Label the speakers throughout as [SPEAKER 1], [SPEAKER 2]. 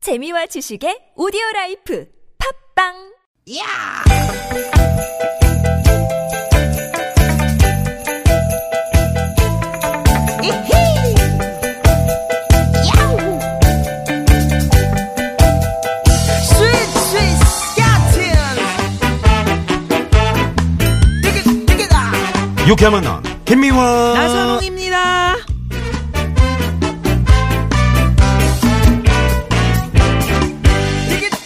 [SPEAKER 1] 재미와 지식의 오디오 라이프 팝빵!
[SPEAKER 2] Sweet, sweet Scotland. Dig it, dig it, ah.
[SPEAKER 3] 유쾌한 만남 김미화
[SPEAKER 4] 나선홍입니다.
[SPEAKER 2] Dig it,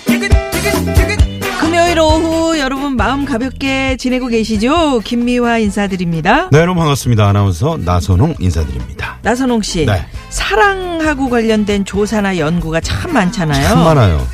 [SPEAKER 2] dig it, dig it, dig it.
[SPEAKER 4] 금요일 오후 여러분 마음 가볍게 지내고 계시죠? 김미화 인사드립니다.
[SPEAKER 3] 네 여러분 반갑습니다 아나운서 나선홍 인사드립니다
[SPEAKER 4] 나선홍 씨,
[SPEAKER 3] 네.
[SPEAKER 4] 사랑하고 관련된 조사나 연구가 참 많잖아요.
[SPEAKER 3] 참 많아요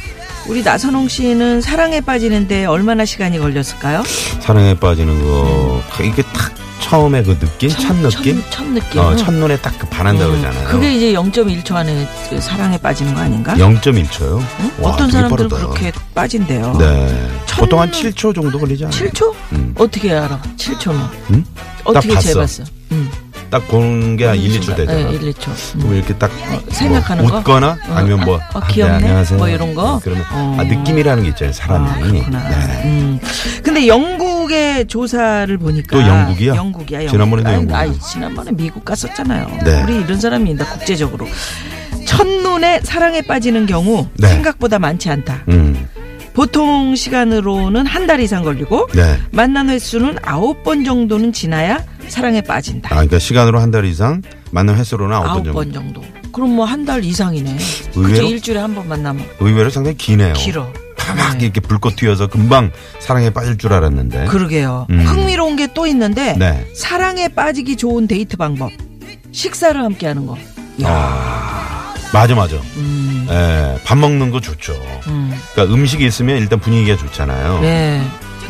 [SPEAKER 4] 우리 나선홍 씨는 사랑에 빠지는데 얼마나 시간이 걸렸을까요?
[SPEAKER 3] 사랑에 빠지는 거 이게 딱 처음에 그 느낌 첫 느낌
[SPEAKER 4] 첫, 첫 느낌.
[SPEAKER 3] 어, 첫눈에 딱 그 반한다 그러잖아요
[SPEAKER 4] 음, 그게 이제 0.1초 안에 그 사랑에 빠지는 거 아닌가?
[SPEAKER 3] 0.1초요
[SPEAKER 4] 응? 어떤 사람들은 그렇게 빠진대요.
[SPEAKER 3] 네
[SPEAKER 4] 첫
[SPEAKER 3] 보통 한
[SPEAKER 4] 눈-
[SPEAKER 3] 7초 정도 걸리지 않아요
[SPEAKER 4] 7초?
[SPEAKER 3] 음.
[SPEAKER 4] 어떻게 알아? 7초면.
[SPEAKER 3] 응?
[SPEAKER 4] 어떻게
[SPEAKER 3] 봤어.
[SPEAKER 4] 재봤어? 응.
[SPEAKER 3] 딱 보는 게 한 1, 2초 되잖아
[SPEAKER 4] 네, 1, 2초.
[SPEAKER 3] 그럼 이렇게 딱
[SPEAKER 4] 생각하는
[SPEAKER 3] 뭐
[SPEAKER 4] 거?
[SPEAKER 3] 웃거나
[SPEAKER 4] 어,
[SPEAKER 3] 아니면 뭐
[SPEAKER 4] 아, 어,
[SPEAKER 3] 아,
[SPEAKER 4] 귀엽네.
[SPEAKER 3] 네, 안녕하세요.
[SPEAKER 4] 뭐 이런 거?
[SPEAKER 3] 그러면
[SPEAKER 4] 어.
[SPEAKER 3] 아, 느낌이라는 게 있잖아요
[SPEAKER 4] 아,
[SPEAKER 3] 사람이
[SPEAKER 4] 그렇구나.
[SPEAKER 3] 네.
[SPEAKER 4] 음. 근데 영국의 조사를 보니까
[SPEAKER 3] 또 영국이요?
[SPEAKER 4] 영국이야. 영국.
[SPEAKER 3] 지난번에도
[SPEAKER 4] 아니,
[SPEAKER 3] 영국이요.
[SPEAKER 4] 아니, 지난번에 미국 갔었잖아요.
[SPEAKER 3] 네.
[SPEAKER 4] 우리 이런 사람이 있다 국제적으로. 첫눈에 사랑에 빠지는 경우
[SPEAKER 3] 네.
[SPEAKER 4] 생각보다 많지 않다.
[SPEAKER 3] 음,
[SPEAKER 4] 보통 시간으로는 한 달 이상 걸리고
[SPEAKER 3] 네.
[SPEAKER 4] 만난 횟수는 아홉 번 정도는 지나야 사랑에 빠진다.
[SPEAKER 3] 아, 그러니까 시간으로 한 달 이상 만남 횟수로는 아홉 번
[SPEAKER 4] 아홉
[SPEAKER 3] 정도.
[SPEAKER 4] 번 정도. 그럼 뭐 한 달 이상이네. 그죠?
[SPEAKER 3] 의외로 네.
[SPEAKER 4] 일주일에 한 번 만나면
[SPEAKER 3] 의외로 상당히 기네요.
[SPEAKER 4] 길어.
[SPEAKER 3] 막
[SPEAKER 4] 네.
[SPEAKER 3] 이렇게 불꽃 튀어서 금방 사랑에 빠질 줄 알았는데.
[SPEAKER 4] 그러게요.
[SPEAKER 3] 음.
[SPEAKER 4] 흥미로운 게 또 있는데
[SPEAKER 3] 네.
[SPEAKER 4] 사랑에 빠지기 좋은 데이트 방법. 식사를 함께 하는 거.
[SPEAKER 3] 아. 맞아 맞아.
[SPEAKER 4] 음.
[SPEAKER 3] 예, 밥 먹는 거 좋죠.
[SPEAKER 4] 음.
[SPEAKER 3] 그러니까 음식이 있으면 일단 분위기가 좋잖아요.
[SPEAKER 4] 네.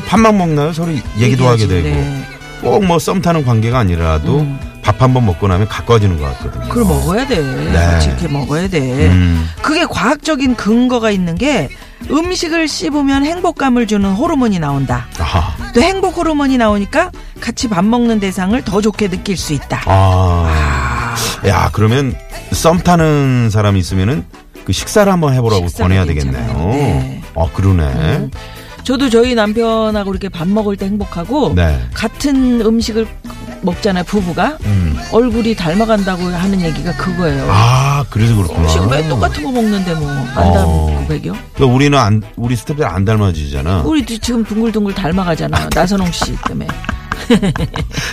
[SPEAKER 3] 밥만 먹나요? 서로 얘기도 하게
[SPEAKER 4] 얘기하지.
[SPEAKER 3] 되고
[SPEAKER 4] 네. 음.
[SPEAKER 3] 꼭 뭐 썸 타는 관계가 아니라도 밥 한 번 먹고 나면 가까워지는 것 같거든요.
[SPEAKER 4] 그걸 먹어야 돼. 같이 이렇게 먹어야 돼.
[SPEAKER 3] 네. 음,
[SPEAKER 4] 그게 과학적인 근거가 있는 게 음식을 씹으면 행복감을 주는 호르몬이 나온다.
[SPEAKER 3] 아하.
[SPEAKER 4] 또 행복 호르몬이 나오니까 같이 밥 먹는 대상을 더 좋게 느낄 수 있다.
[SPEAKER 3] 아. 야 그러면 썸 타는 사람이 있으면은 그 식사를 한번 해보라고
[SPEAKER 4] 식사를
[SPEAKER 3] 권해야
[SPEAKER 4] 괜찮아요.
[SPEAKER 3] 되겠네요.
[SPEAKER 4] 네.
[SPEAKER 3] 아 그러네.
[SPEAKER 4] 저도 저희 남편하고 이렇게 밥 먹을 때 행복하고
[SPEAKER 3] 네.
[SPEAKER 4] 같은 음식을 먹잖아요, 부부가.
[SPEAKER 3] 음.
[SPEAKER 4] 얼굴이 닮아간다고 하는 얘기가 그거예요.
[SPEAKER 3] 아 그래서 그렇구나.
[SPEAKER 4] 음식 왜 똑같은 거 먹는데 뭐 안
[SPEAKER 3] 어.
[SPEAKER 4] 닮은 고백이요?
[SPEAKER 3] 그러니까 우리는 안, 우리 스텝들 안 닮아지잖아.
[SPEAKER 4] 우리 도 지금 둥글둥글 닮아가잖아
[SPEAKER 3] 그-
[SPEAKER 4] 나선홍 씨 때문에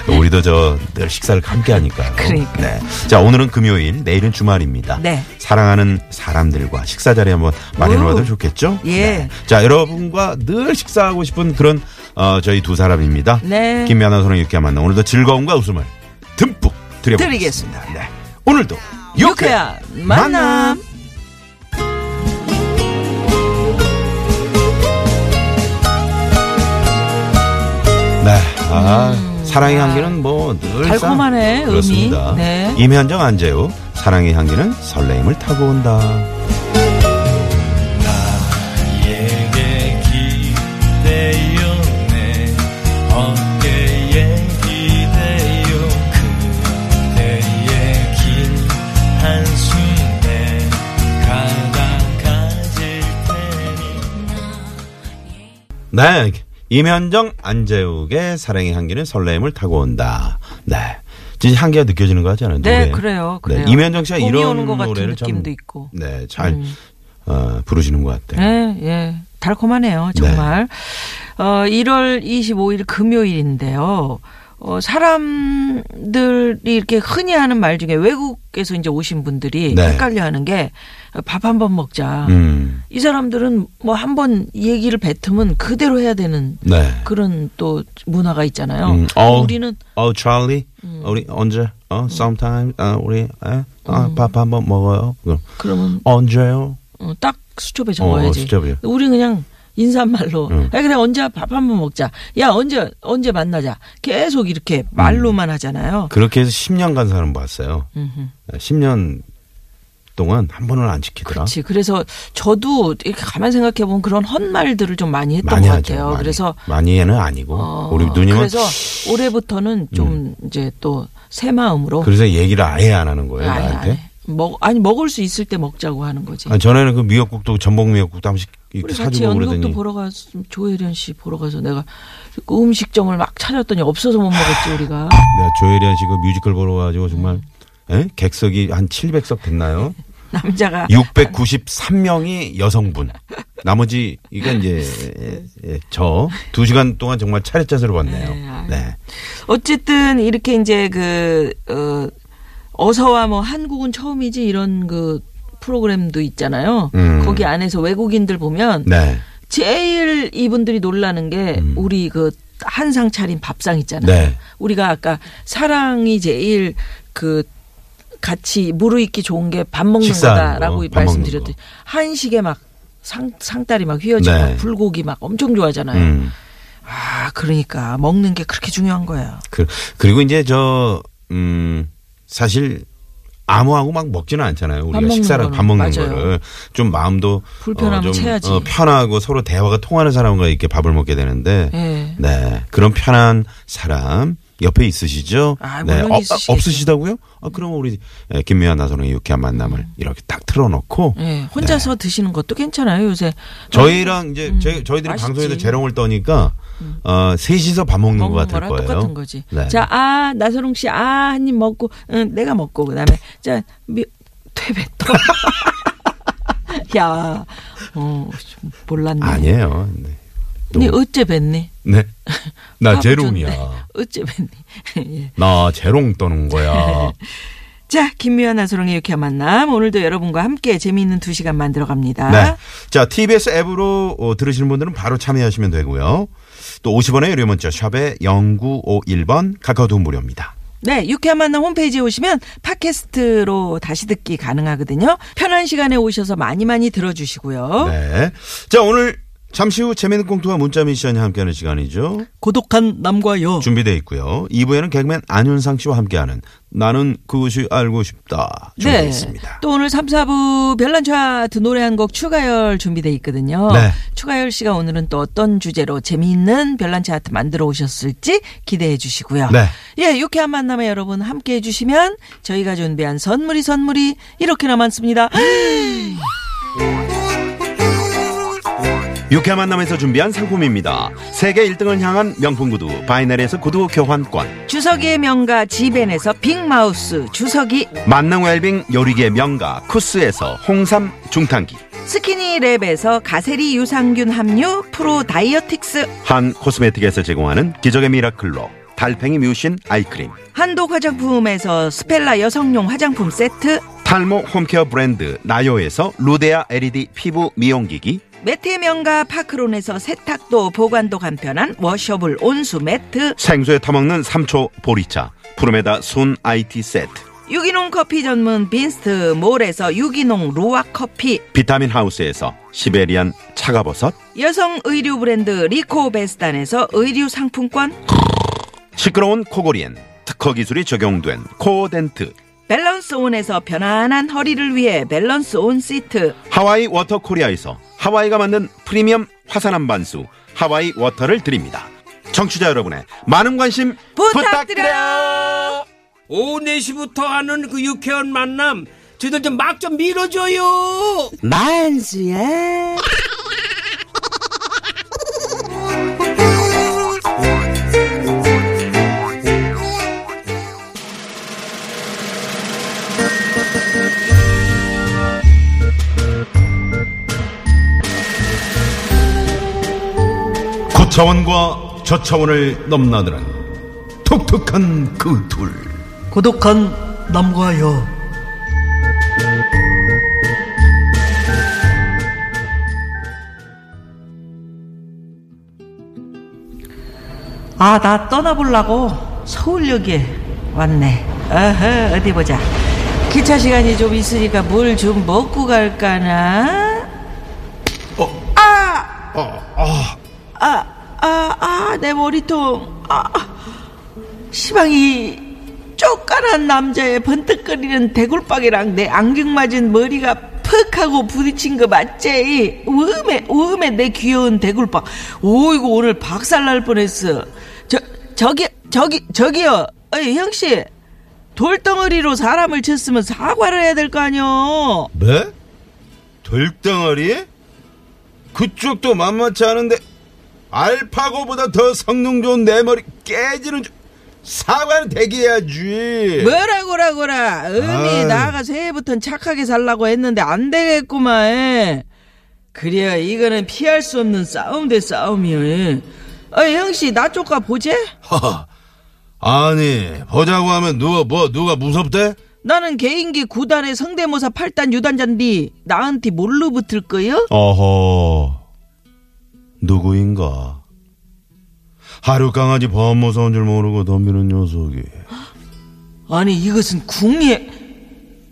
[SPEAKER 3] 우리... 도 저 늘 식사를 함께 하니까.
[SPEAKER 4] 그러니까.
[SPEAKER 3] 네. 자 오늘은 금요일, 내일은 주말입니다.
[SPEAKER 4] 네.
[SPEAKER 3] 사랑하는 사람들과 식사 자리 한번 마련해봐도
[SPEAKER 4] 오.
[SPEAKER 3] 좋겠죠?
[SPEAKER 4] 예.
[SPEAKER 3] 네. 자 여러분과 늘 식사하고 싶은 그런 어, 저희 두 사람입니다.
[SPEAKER 4] 네.
[SPEAKER 3] 김미아나 선랑 유쾌한 만남 오늘도 즐거움과 웃음을 듬뿍 드려보겠습니다.
[SPEAKER 4] 드리겠습니다.
[SPEAKER 3] 네. 오늘도
[SPEAKER 4] 유쾌한 만남
[SPEAKER 3] 네. 아, 사랑의 향기는 뭐 늘.
[SPEAKER 4] 음. 달콤하네,
[SPEAKER 3] 그렇습니다.
[SPEAKER 4] 의미. 네.
[SPEAKER 3] 임현정 안재우. 사랑의 향기는 설레임을 타고 온다.
[SPEAKER 5] 나에게 기대요 내 어깨에 기대요 그대의 긴 한숨에 가다가질 테니
[SPEAKER 3] 네. 임현정 안재욱의 사랑의 향기는 설레임을 타고 온다. 네. 진짜 향기가 느껴지는 거 같지 않아요?
[SPEAKER 4] 네,
[SPEAKER 3] 노래에?
[SPEAKER 4] 그래요, 그래요.
[SPEAKER 3] 네, 임현정 씨가
[SPEAKER 4] 봄이
[SPEAKER 3] 이런
[SPEAKER 4] 오는 것 같은
[SPEAKER 3] 노래를 참,
[SPEAKER 4] 느낌도 있고. 음.
[SPEAKER 3] 네, 잘 어, 부르시는 것 같아요.
[SPEAKER 4] 예, 예. 달콤하네요, 정말. 어, 1월 25일 금요일인데요. 어, 사람들이 이렇게 흔히 하는 말 중에 외국에서 이제 오신 분들이
[SPEAKER 3] 네.
[SPEAKER 4] 헷갈려 하는 게 밥 한 번 먹자.
[SPEAKER 3] 음.
[SPEAKER 4] 이 사람들은 뭐 한 번 얘기를 뱉으면 그대로 해야 되는
[SPEAKER 3] 네.
[SPEAKER 4] 그런 또 문화가 있잖아요.
[SPEAKER 3] 음, 어우.
[SPEAKER 4] 우리는
[SPEAKER 3] 어, 찰리,
[SPEAKER 4] 음.
[SPEAKER 3] 우리 언제? 어, sometime, 어, 우리 에? 어,
[SPEAKER 4] 음.
[SPEAKER 3] 밥 한번 먹어요. 그럼
[SPEAKER 4] 그러면
[SPEAKER 3] 언제요?
[SPEAKER 4] 어, 딱 수첩에
[SPEAKER 3] 어,
[SPEAKER 4] 적어야지.
[SPEAKER 3] 수첩이요.
[SPEAKER 4] 우리 그냥 인사말로.
[SPEAKER 3] 음.
[SPEAKER 4] 야, 그래 언제 밥 한 번 먹자. 야 언제 언제 만나자. 계속
[SPEAKER 3] 음.
[SPEAKER 4] 이렇게 말로만 하잖아요.
[SPEAKER 3] 그렇게 해서 10년 간 사람 봤어요. 네,
[SPEAKER 4] 음흠.
[SPEAKER 3] 10년 동안 한 번은 안 지키더라.
[SPEAKER 4] 그렇지. 그래서 저도 이렇게 가만 생각해 보면 그런 헛말들을 좀 많이 했던
[SPEAKER 3] 많이
[SPEAKER 4] 것
[SPEAKER 3] 하죠.
[SPEAKER 4] 같아요.
[SPEAKER 3] 많이.
[SPEAKER 4] 그래서
[SPEAKER 3] 많이는 아니고
[SPEAKER 4] 어,
[SPEAKER 3] 우리 누님은
[SPEAKER 4] 그래서 올해부터는 좀 이제 또 새 마음으로
[SPEAKER 3] 어, 그래서 얘기를 아예 안 하는 거예요
[SPEAKER 4] 아예 안
[SPEAKER 3] 나한테.
[SPEAKER 4] 해. 먹 아니 먹을 수 있을 때 먹자고 하는 거지.
[SPEAKER 3] 아, 전에는 그 미역국도 전복 미역국도 한 번씩 이렇게
[SPEAKER 4] 우리 같이
[SPEAKER 3] 사주고
[SPEAKER 4] 연극도
[SPEAKER 3] 그러더니
[SPEAKER 4] 보러 가서 조혜련 씨 보러 가서 내가 그 음식점을 막 찾았더니 없어서 못 먹었지 우리가.
[SPEAKER 3] 네, 조혜련 씨 그 뮤지컬 보러 가지고 정말 에? 객석이 한 700석 됐나요?
[SPEAKER 4] 남자가
[SPEAKER 3] 693명이 여성분. 나머지 이건 이제 예, 예, 저 2시간 동안 정말 차례짜서를
[SPEAKER 4] 네,
[SPEAKER 3] 봤네요.
[SPEAKER 4] 아유.
[SPEAKER 3] 네.
[SPEAKER 4] 어쨌든 이렇게 이제 그 어, 어서와 뭐 한국은 처음이지 이런 그 프로그램도 있잖아요.
[SPEAKER 3] 음.
[SPEAKER 4] 거기 안에서 외국인들 보면
[SPEAKER 3] 네.
[SPEAKER 4] 제일 이분들이 놀라는 게 우리 그 한상 차린 밥상 있잖아요.
[SPEAKER 3] 음. 네.
[SPEAKER 4] 우리가 아까 사랑이 제일 그 같이 무르익기 좋은 게 밥 먹는
[SPEAKER 3] 식사하는 거,
[SPEAKER 4] 거다라고
[SPEAKER 3] 밥
[SPEAKER 4] 말씀드렸더니
[SPEAKER 3] 먹는 거.
[SPEAKER 4] 한식에 막 상, 상다리 막 휘어지고
[SPEAKER 3] 네.
[SPEAKER 4] 불고기 막 엄청 좋아하잖아요.
[SPEAKER 3] 음.
[SPEAKER 4] 아, 그러니까 먹는 게 그렇게 중요한 거예요.
[SPEAKER 3] 그, 그리고 이제 저, 음, 사실 암호하고 막 먹지는 않잖아요.
[SPEAKER 4] 밥
[SPEAKER 3] 우리가
[SPEAKER 4] 먹는
[SPEAKER 3] 식사를
[SPEAKER 4] 거는,
[SPEAKER 3] 밥 먹는
[SPEAKER 4] 맞아요.
[SPEAKER 3] 거를 좀 마음도
[SPEAKER 4] 불편하면
[SPEAKER 3] 어, 좀,
[SPEAKER 4] 채야지.
[SPEAKER 3] 어, 편하고 서로 대화가 통하는 사람과 이렇게 밥을 먹게 되는데
[SPEAKER 4] 예.
[SPEAKER 3] 네 그런 편한 사람 옆에 있으시죠?
[SPEAKER 4] 아,
[SPEAKER 3] 네
[SPEAKER 4] 물론
[SPEAKER 3] 어, 아,
[SPEAKER 4] 있으시겠죠.
[SPEAKER 3] 없으시다고요? 아, 그러면 우리 예, 김미아 나선홍의 유쾌한 만남을
[SPEAKER 4] 음.
[SPEAKER 3] 이렇게 딱 틀어놓고
[SPEAKER 4] 예. 혼자서 드시는 것도 괜찮아요, 요새.
[SPEAKER 3] 네. 저희랑 이제 저희, 들이
[SPEAKER 4] 음. 맛있지. 음.
[SPEAKER 3] 방송에서 재롱을 떠니까 어, 셋이서 밥 먹는, 것
[SPEAKER 4] 먹는
[SPEAKER 3] 같을
[SPEAKER 4] 거랑
[SPEAKER 3] 거예요.
[SPEAKER 4] 똑같은 거지.
[SPEAKER 3] 네.
[SPEAKER 4] 자, 아, 나선홍 씨, 아, 한 입 먹고, 응, 내가 먹고, 그 다음에, 자, 미, 퇴배 또. 야, 어, 좀 몰랐네.
[SPEAKER 3] 아니에요. 네.
[SPEAKER 4] 니 어째 뵀니?
[SPEAKER 3] 네. 나
[SPEAKER 4] 밥
[SPEAKER 3] 재롱이야.
[SPEAKER 4] 줬네. 어째 뵀니? 예.
[SPEAKER 3] 나 재롱 떠는 거야.
[SPEAKER 4] 자, 김미연 나선홍의 유쾌한 만남. 오늘도 여러분과 함께 재미있는 두 시간 만들어 갑니다.
[SPEAKER 3] 네. 자, TBS 앱으로 어, 들으시는 분들은 바로 참여하시면 되고요. 또 50원의 유료 문자 샵에 0951번 카카오톡 무료입니다.
[SPEAKER 4] 네, 유쾌한 만남 홈페이지에 오시면 팟캐스트로 다시 듣기 가능하거든요. 편한 시간에 오셔서 많이 많이 들어주시고요.
[SPEAKER 3] 네. 자, 오늘 잠시 후 재미있는 공투와 문자 미션이 함께하는 시간이죠.
[SPEAKER 4] 고독한 남과 여.
[SPEAKER 3] 준비되어 있고요. 2부에는 개그맨 안윤상 씨와 함께하는 나는 그것이 알고 싶다. 준비되어 있습니다.
[SPEAKER 4] 네. 또 오늘 3, 4부 별난 차트 노래 한 곡 추가열 준비돼 있거든요.
[SPEAKER 3] 네.
[SPEAKER 4] 추가열 씨가 오늘은 또 어떤 주제로 재미있는 별난 차트 만들어 오셨을지 기대해 주시고요.
[SPEAKER 3] 네.
[SPEAKER 4] 예, 유쾌한 만남에 여러분 함께 해 주시면 저희가 준비한 선물이 선물이 이렇게나 많습니다.
[SPEAKER 3] 육회 만남에서 준비한 상품입니다. 세계 1등을 향한 명품 구두 바이넬에서 구두 교환권
[SPEAKER 4] 주석이의 명가 지벤에서 빅마우스 주석이
[SPEAKER 3] 만능 웰빙 요리계 명가 쿠스에서 홍삼 중탕기
[SPEAKER 4] 스키니랩에서 가세리 유산균 함유 프로 다이어틱스
[SPEAKER 3] 한 코스메틱에서 제공하는 기적의 미라클로 달팽이 뮤신 아이크림
[SPEAKER 4] 한독 화장품에서 스펠라 여성용 화장품 세트
[SPEAKER 3] 탈모 홈케어 브랜드 나요에서 루데아 LED 피부 미용기기
[SPEAKER 4] 매트의 명가 파크론에서 세탁도 보관도 간편한 워셔블 온수 매트
[SPEAKER 3] 생수에 타먹는 삼초 보리차 푸르메다 순 IT 세트
[SPEAKER 4] 유기농 커피 전문 빈스트 몰에서 유기농 루아 커피
[SPEAKER 3] 비타민 하우스에서 시베리안 차가버섯
[SPEAKER 4] 여성 의류 브랜드 리코베스탄에서 의류 상품권
[SPEAKER 3] 시끄러운 코골이엔 특허 기술이 적용된 코어덴트
[SPEAKER 4] 밸런스 온에서 편안한 허리를 위해 밸런스 온 시트
[SPEAKER 3] 하와이 워터 코리아에서 하와이가 만든 프리미엄 화산 한반수 하와이 워터를 드립니다. 청취자 여러분의 많은 관심
[SPEAKER 4] 부탁드려요.
[SPEAKER 6] 오후 4시부터 하는 그 유쾌한 만남 저희들 좀 막 좀 밀어줘요
[SPEAKER 3] 고차원과 저차원을 넘나드는 독특한 그 둘.
[SPEAKER 7] 고독한 남과 여
[SPEAKER 4] 아, 나 떠나보려고 서울역에 왔네. 어허, 어디 보자. 기차 시간이 좀 있으니까 뭘 좀 먹고 갈까나? 아! 아, 아, 아, 내 머리통. 아, 시방이 쪼까란 남자의 번뜩거리는 대굴박이랑 내 안경 맞은 머리가 퍽 하고 부딪힌 거 맞지? 우음에 우음에 내 귀여운 대굴박. 오이고 오늘 박살 날 뻔했어. 저 저기 저기 저기요. 어이 형씨. 돌덩어리로 사람을 쳤으면 사과를 해야 될 거 아니요.
[SPEAKER 3] 네? 돌덩어리? 그쪽도 만만치 않은데 알파고보다 더 성능 좋은 내 머리 깨지는 줄- 사과는 대기해야지.
[SPEAKER 4] 뭐? 뭐라고라고라. 음이
[SPEAKER 3] 아유.
[SPEAKER 4] 나가 새해부턴 착하게 살라고 했는데 안 되겠구만. 그래요. 이거는 피할 수 없는 싸움 대 싸움이요. 예. 어, 형씨, 나 쪽가 보제?
[SPEAKER 3] 허허. 아니 보자고 하면 누가 뭐 누가 무섭대?
[SPEAKER 4] 나는 개인기 9단의 성대모사 8단 유단자인데 나한테 뭘로 붙을 거요?
[SPEAKER 3] 어허 누구인가? 하루 강아지 범 무서운 줄 모르고 덤비는 녀석이.
[SPEAKER 4] 아니 이것은 궁예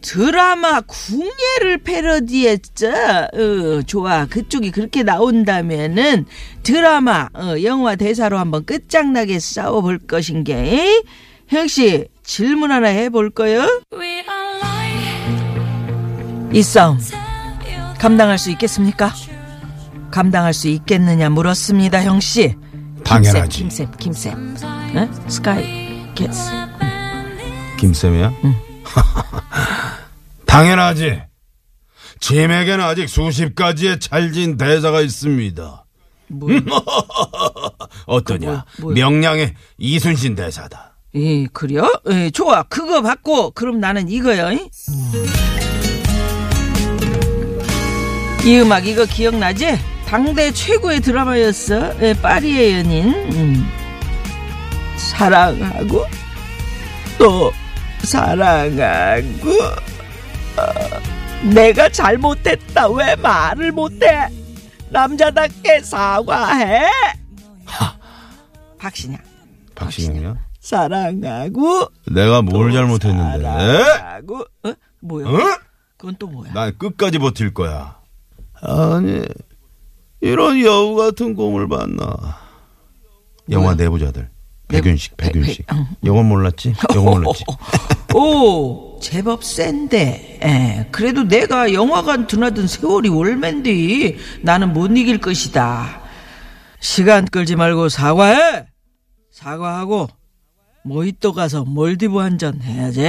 [SPEAKER 4] 드라마 궁예를 패러디했죠. 어, 좋아 그쪽이 그렇게 나온다면은 드라마 어, 영화 대사로 한번 끝장나게 싸워볼 것인 게. 형씨 질문 하나 해볼 거요. 이 싸움 감당할 수 있겠습니까? 감당할 수 있겠느냐 물었습니다 형씨.
[SPEAKER 3] 당연하지.
[SPEAKER 4] 김쌤 김쌤 김쌤 어? 스카이 캐스
[SPEAKER 3] 김쌤이야? 당연하지. 짐에게는 아직 수십 가지의 찰진 대사가 있습니다.
[SPEAKER 4] 뭐야?
[SPEAKER 3] 어떠냐?
[SPEAKER 4] 그 뭐, 뭐야?
[SPEAKER 3] 명량의 이순신 대사다.
[SPEAKER 4] 예, 그래요? 예, 좋아. 그거 받고 그럼 나는 이거요. 잉? 이 음악 이거 기억나지? 당대 최고의 드라마였어. 예, 파리의 연인. 음. 사랑하고 또 사랑하고 어, 내가 잘못했다. 왜 말을 못해? 남자답게 사과해. 박신양
[SPEAKER 3] 박신영이야?
[SPEAKER 4] 사랑하고
[SPEAKER 3] 내가 뭘 잘못했는데?
[SPEAKER 4] 사랑하고 어? 뭐야?
[SPEAKER 3] 응?
[SPEAKER 4] 그건 또 뭐야?
[SPEAKER 3] 난 끝까지 버틸 거야. 아니, 이런 여우 같은 곰을 봤나. 영화 내부자들. 백윤식,
[SPEAKER 4] 백-
[SPEAKER 3] 백윤식.
[SPEAKER 4] 백- 응.
[SPEAKER 3] 영건 몰랐지? 영건 몰랐지?
[SPEAKER 4] 오 제법 센데. 예, 그래도 내가 영화관 드나든 세월이 월맨디 나는 못 이길 것이다. 시간 끌지 말고 사과해. 사과하고 모히또 가서 몰디브 한 잔 해야지.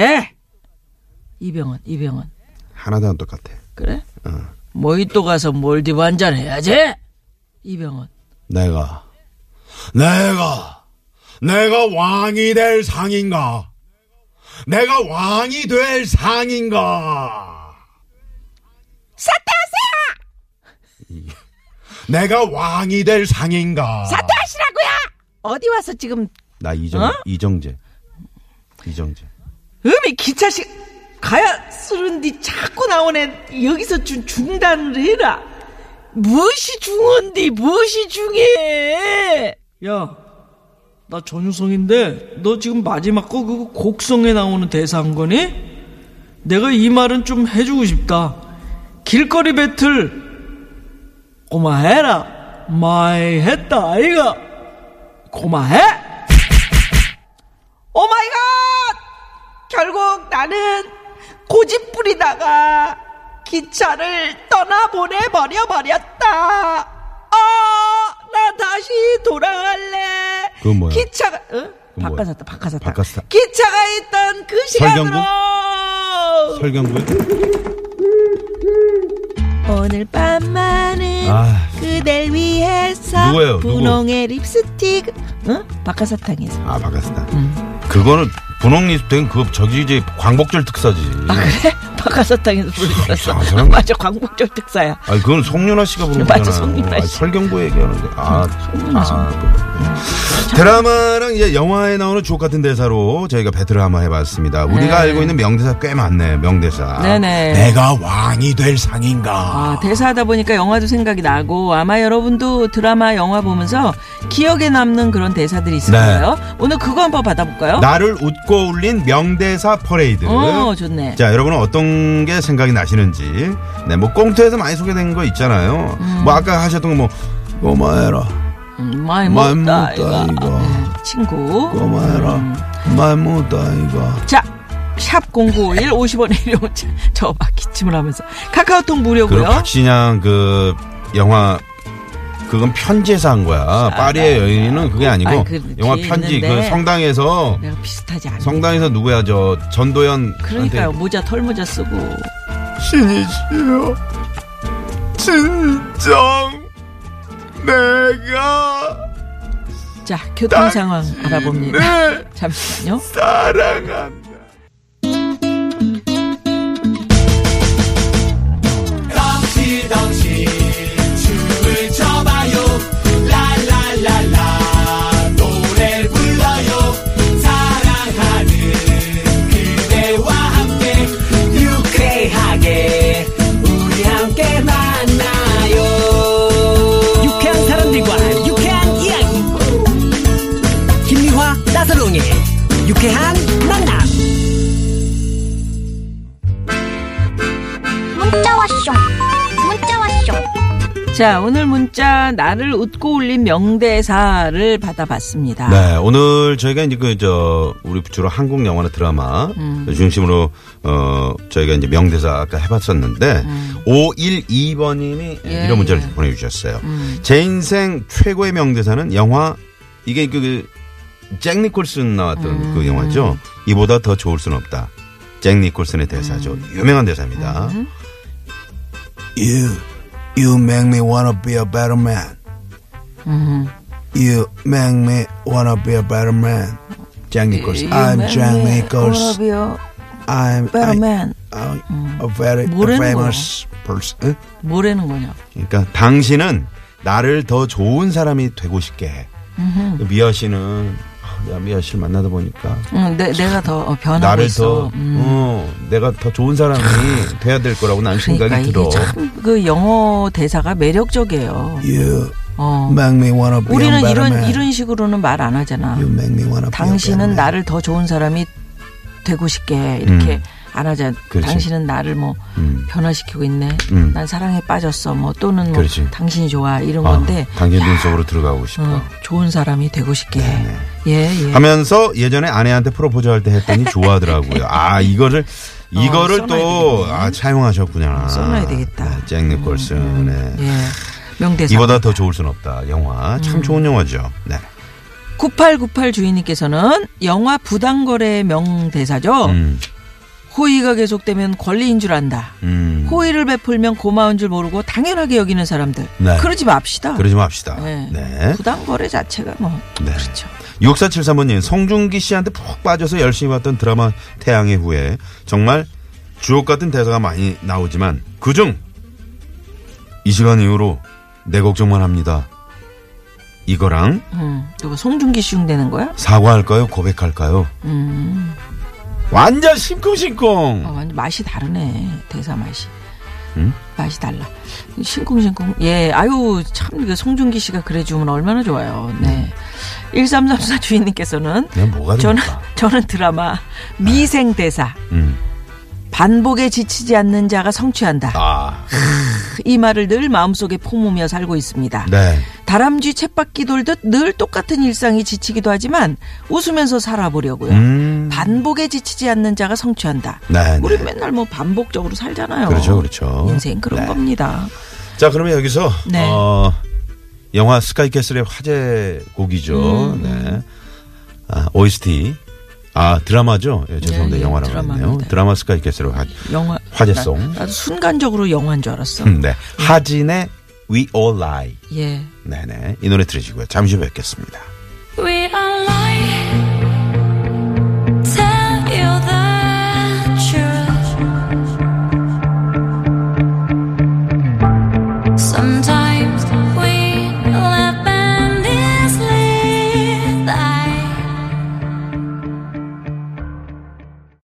[SPEAKER 4] 이병헌 이병헌
[SPEAKER 3] 하나도 안 똑같아.
[SPEAKER 4] 그래? 모히또 가서 몰디브 한 잔 해야지. 이병헌
[SPEAKER 3] 내가 내가 내가 왕이 될 상인가 내가 왕이 될 상인가 사퇴하세요 내가 왕이 될 상인가
[SPEAKER 4] 어디 와서 지금
[SPEAKER 3] 나 이정
[SPEAKER 4] 어?
[SPEAKER 3] 이정재 이정재
[SPEAKER 4] 음이 기차식 가야 쓰는디 자꾸 나오네 여기서 좀 중단을 해라 무엇이 중헌디 무엇이 중해 야나 전유성인데 너 지금 마지막 거 그거 곡성에 나오는 대사한 거니? 내가 이 말은 좀 해주고 싶다 길거리 배틀 고마해라 마이 했다 아이가 고마해 오마이갓 결국 나는 고집 부리다가 기차를 떠나보내 버려 버렸다. 아, 나 다시 돌아갈래.
[SPEAKER 3] 그건 뭐야?
[SPEAKER 4] 기차가 응?
[SPEAKER 3] 그건 뭐야?
[SPEAKER 4] 바카사타 바카사타.
[SPEAKER 3] 바카사타.
[SPEAKER 4] 기차가 있던 그 시간으로
[SPEAKER 3] 설경구
[SPEAKER 8] 오늘 밤만은
[SPEAKER 3] 아.
[SPEAKER 8] 그댈 위해서
[SPEAKER 3] 누구예요? 누구?
[SPEAKER 8] 분홍의 립스틱
[SPEAKER 4] 응? 어? 바카사탕에서.
[SPEAKER 3] 아 바갔다 그거는 분홍 리스트는 그 저기 이제 광복절 특사지
[SPEAKER 4] 아 그래? 바카사탕에서 불렀어.
[SPEAKER 3] 네. 이상한 사람.
[SPEAKER 4] 맞아 광복절 특사야.
[SPEAKER 3] 아 그건 송윤아 씨가 부른
[SPEAKER 4] 맞아,
[SPEAKER 3] 거잖아.
[SPEAKER 4] 송윤아 씨.
[SPEAKER 3] 설경구 얘기하는데. 아, 아, 그거. 드라마랑 이제 영화에 나오는 주옥 같은 대사로 저희가 배틀을 한번 해봤습니다. 우리가 알고 있는 명대사 꽤 많네. 명대사.
[SPEAKER 4] 네. 네네.
[SPEAKER 3] 내가 왕이 될 상인가.
[SPEAKER 4] 아, 대사하다 보니까 영화도 생각이 나고 아마 여러분도 드라마 영화 보면서 기억에 남는 그런 대사들이 있을
[SPEAKER 3] 네.
[SPEAKER 4] 거예요. 오늘 그거 한번 받아볼까요?
[SPEAKER 3] 나를 웃고 울린 명대사 퍼레이드.
[SPEAKER 4] 어, 좋네.
[SPEAKER 3] 자, 여러분은 어떤 게 생각이 나시는지. 네, 뭐 꽁트에서 많이 소개된 거 있잖아요. 뭐 아까 하셨던 거 뭐 고마해라,
[SPEAKER 4] 음, 많이
[SPEAKER 3] 많이
[SPEAKER 4] 먹다
[SPEAKER 3] 먹다,
[SPEAKER 4] 이거.
[SPEAKER 3] 이거.
[SPEAKER 4] 음, 친구.
[SPEAKER 3] 고마해라, 말 못다 이거.
[SPEAKER 4] 자. 샵 0951 50원에 이오 저막 기침을 하면서 카카오톡 무료고요.
[SPEAKER 3] 그리고 박신양 그 영화 그건 편지에서 한 거야. 파리의 여인은 그게 아니고
[SPEAKER 4] 아니, 그렇지,
[SPEAKER 3] 영화 편지
[SPEAKER 4] 있는데.
[SPEAKER 3] 그 성당에서
[SPEAKER 4] 내가 비슷하지 않아.
[SPEAKER 3] 성당에서 아, 네. 누구야 저 전도연
[SPEAKER 4] 그러니까요. 모자 털모자 쓰고.
[SPEAKER 3] 신이시여 진정 내가
[SPEAKER 4] 자, 교통 상황
[SPEAKER 3] 네.
[SPEAKER 4] 알아봅니다. 잠시만요.
[SPEAKER 3] 사랑한다.
[SPEAKER 2] 유쾌한 사람들과 유쾌한 이야기 김미화 나서롱의 유쾌한 만남
[SPEAKER 9] 문자 왔쇼 문자 왔쇼
[SPEAKER 4] 자, 오늘 문자 나를 웃고 울린 명대사를 받아봤습니다.
[SPEAKER 3] 네, 오늘 저희가 이제 그 저 우리 주로 한국 영화나 드라마
[SPEAKER 4] 음.
[SPEAKER 3] 그 중심으로 어 저희가 이제 명대사 아까 해봤었는데 512번님이
[SPEAKER 4] 음. 예,
[SPEAKER 3] 이런 문자를
[SPEAKER 4] 예. 음.
[SPEAKER 3] 보내주셨어요. 제 인생 최고의 명대사는 영화 이게 그 잭 니콜슨 나왔던
[SPEAKER 4] 음.
[SPEAKER 3] 그 영화죠. 이보다 더 좋을 수는 없다. 잭 니콜슨의 대사죠. 유명한 대사입니다.
[SPEAKER 2] 음. You you make me wanna be a better man
[SPEAKER 4] 음.
[SPEAKER 2] You make me wanna be a better man
[SPEAKER 3] 잭 니콜슨. 아,
[SPEAKER 2] I'm Jack Nichols I'm I-
[SPEAKER 4] 배터맨
[SPEAKER 2] I'm
[SPEAKER 4] 음.
[SPEAKER 2] a very
[SPEAKER 4] 뭐라는
[SPEAKER 2] famous person
[SPEAKER 4] 뭐라는 거냐?
[SPEAKER 3] 그러니까 당신은 나를 더 좋은 사람이 되고 싶게 해.
[SPEAKER 4] 음.
[SPEAKER 3] 미아 씨는 아, 야 미아 씨를 만나다 보니까
[SPEAKER 4] 응, 내, 내가 더 어, 변하고
[SPEAKER 3] 나를
[SPEAKER 4] 있어. 음.
[SPEAKER 3] 더 어, 내가 더 좋은 사람이 돼야 될 거라고 난
[SPEAKER 4] 그러니까
[SPEAKER 3] 생각이
[SPEAKER 4] 이게
[SPEAKER 3] 들어.
[SPEAKER 4] 참 그 영어 대사가 매력적이에요.
[SPEAKER 2] You
[SPEAKER 4] 어.
[SPEAKER 2] make me wanna be a
[SPEAKER 4] 우리는
[SPEAKER 2] better
[SPEAKER 4] 이런
[SPEAKER 2] man
[SPEAKER 4] 이런 식으로는 말 안 하잖아.
[SPEAKER 2] You make me wanna be a better
[SPEAKER 4] 당신은
[SPEAKER 2] man.
[SPEAKER 4] 나를 더 좋은 사람이 되고 싶게 이렇게
[SPEAKER 3] 음.
[SPEAKER 4] 안 하잖아.
[SPEAKER 3] 그렇지.
[SPEAKER 4] 당신은 나를 뭐
[SPEAKER 3] 음.
[SPEAKER 4] 변화시키고 있네.
[SPEAKER 3] 음.
[SPEAKER 4] 난 사랑에 빠졌어. 뭐 또는 뭐
[SPEAKER 3] 그렇지.
[SPEAKER 4] 당신이 좋아 이런
[SPEAKER 3] 어,
[SPEAKER 4] 건데
[SPEAKER 3] 당신 눈 속으로 들어가고 싶어.
[SPEAKER 4] 어, 좋은 사람이 되고 싶게 해. 예, 예.
[SPEAKER 3] 하면서 예전에 아내한테 프로포즈 할 때 했더니 좋아하더라고요. 아 이거를 이거를
[SPEAKER 4] 어, 써놔야
[SPEAKER 3] 또
[SPEAKER 4] 되겠네.
[SPEAKER 3] 아, 차용하셨구나.
[SPEAKER 4] 써놔야 되겠다.
[SPEAKER 3] 네, 잭 니콜슨의 네.
[SPEAKER 4] 예. 명대사.
[SPEAKER 3] 이보다 더 좋을 순 없다. 영화
[SPEAKER 4] 음.
[SPEAKER 3] 참 좋은 영화죠. 네.
[SPEAKER 4] 어. 9898 주인님께서는 영화 부당거래 명대사죠.
[SPEAKER 3] 음,
[SPEAKER 4] 호의가 계속되면 권리인 줄 안다.
[SPEAKER 3] 음.
[SPEAKER 4] 호의를 베풀면 고마운 줄 모르고 당연하게 여기는 사람들.
[SPEAKER 3] 네.
[SPEAKER 4] 그러지 맙시다.
[SPEAKER 3] 그러지 맙시다.
[SPEAKER 4] 네.
[SPEAKER 3] 네.
[SPEAKER 4] 부당거래 자체가 뭐
[SPEAKER 3] 네.
[SPEAKER 4] 그렇죠.
[SPEAKER 3] 6473번님, 송중기 씨한테 푹 빠져서 열심히 봤던 드라마 태양의 후예. 정말 주옥 같은 대사가 많이 나오지만, 그중! 이 시간 이후로 내 걱정만 합니다. 이거랑
[SPEAKER 4] 음, 누가 송중기 씨 흉내는 거야?
[SPEAKER 3] 사과할까요? 고백할까요?
[SPEAKER 4] 음,
[SPEAKER 3] 완전 심쿵심쿵!
[SPEAKER 4] 아, 완전 맛이 다르네 대사 맛이.
[SPEAKER 3] 음?
[SPEAKER 4] 맛이 달라. 싱쿵싱쿵. 예, 아유 참 이거 송중기 씨가 그래 주면 얼마나 좋아요. 네. 1334 주인님께서는
[SPEAKER 3] 내가 뭐가
[SPEAKER 4] 저는
[SPEAKER 3] 됩니까?
[SPEAKER 4] 저는 드라마 미생 대사
[SPEAKER 3] 아. 음.
[SPEAKER 4] 반복에 지치지 않는 자가 성취한다.
[SPEAKER 3] 아,
[SPEAKER 4] 그 이 말을 늘 마음속에 품으며 살고 있습니다.
[SPEAKER 3] 네.
[SPEAKER 4] 다람쥐 챗바퀴 돌듯 늘 똑같은 일상이 지치기도 하지만 웃으면서 살아보려고요.
[SPEAKER 3] 음.
[SPEAKER 4] 반복에 지치지 않는 자가 성취한다.
[SPEAKER 3] 네,
[SPEAKER 4] 우리
[SPEAKER 3] 네.
[SPEAKER 4] 맨날 뭐 반복적으로 살잖아요.
[SPEAKER 3] 그렇죠, 그렇죠.
[SPEAKER 4] 인생 그런
[SPEAKER 3] 네.
[SPEAKER 4] 겁니다.
[SPEAKER 3] 자, 그러면 여기서
[SPEAKER 4] 네.
[SPEAKER 3] 어, 영화 스카이캐슬의 화제 곡이죠.
[SPEAKER 4] 음.
[SPEAKER 3] 네. 아, OST. 아, 드라마죠. 예, 죄송합니다.
[SPEAKER 4] 예, 예,
[SPEAKER 3] 영화라고 했네요.
[SPEAKER 4] 드라마입니다. 네.
[SPEAKER 3] 드라마 스카이캐슬의 화,
[SPEAKER 4] 영화
[SPEAKER 3] 화제송.
[SPEAKER 4] 나, 도 순간적으로 영화인 줄 알았어.
[SPEAKER 3] 음, 네. 하진의 We All Lie. 네,
[SPEAKER 4] 예.
[SPEAKER 3] 네네. 이 노래 들으시고요. 잠시 후에 뵙겠습니다.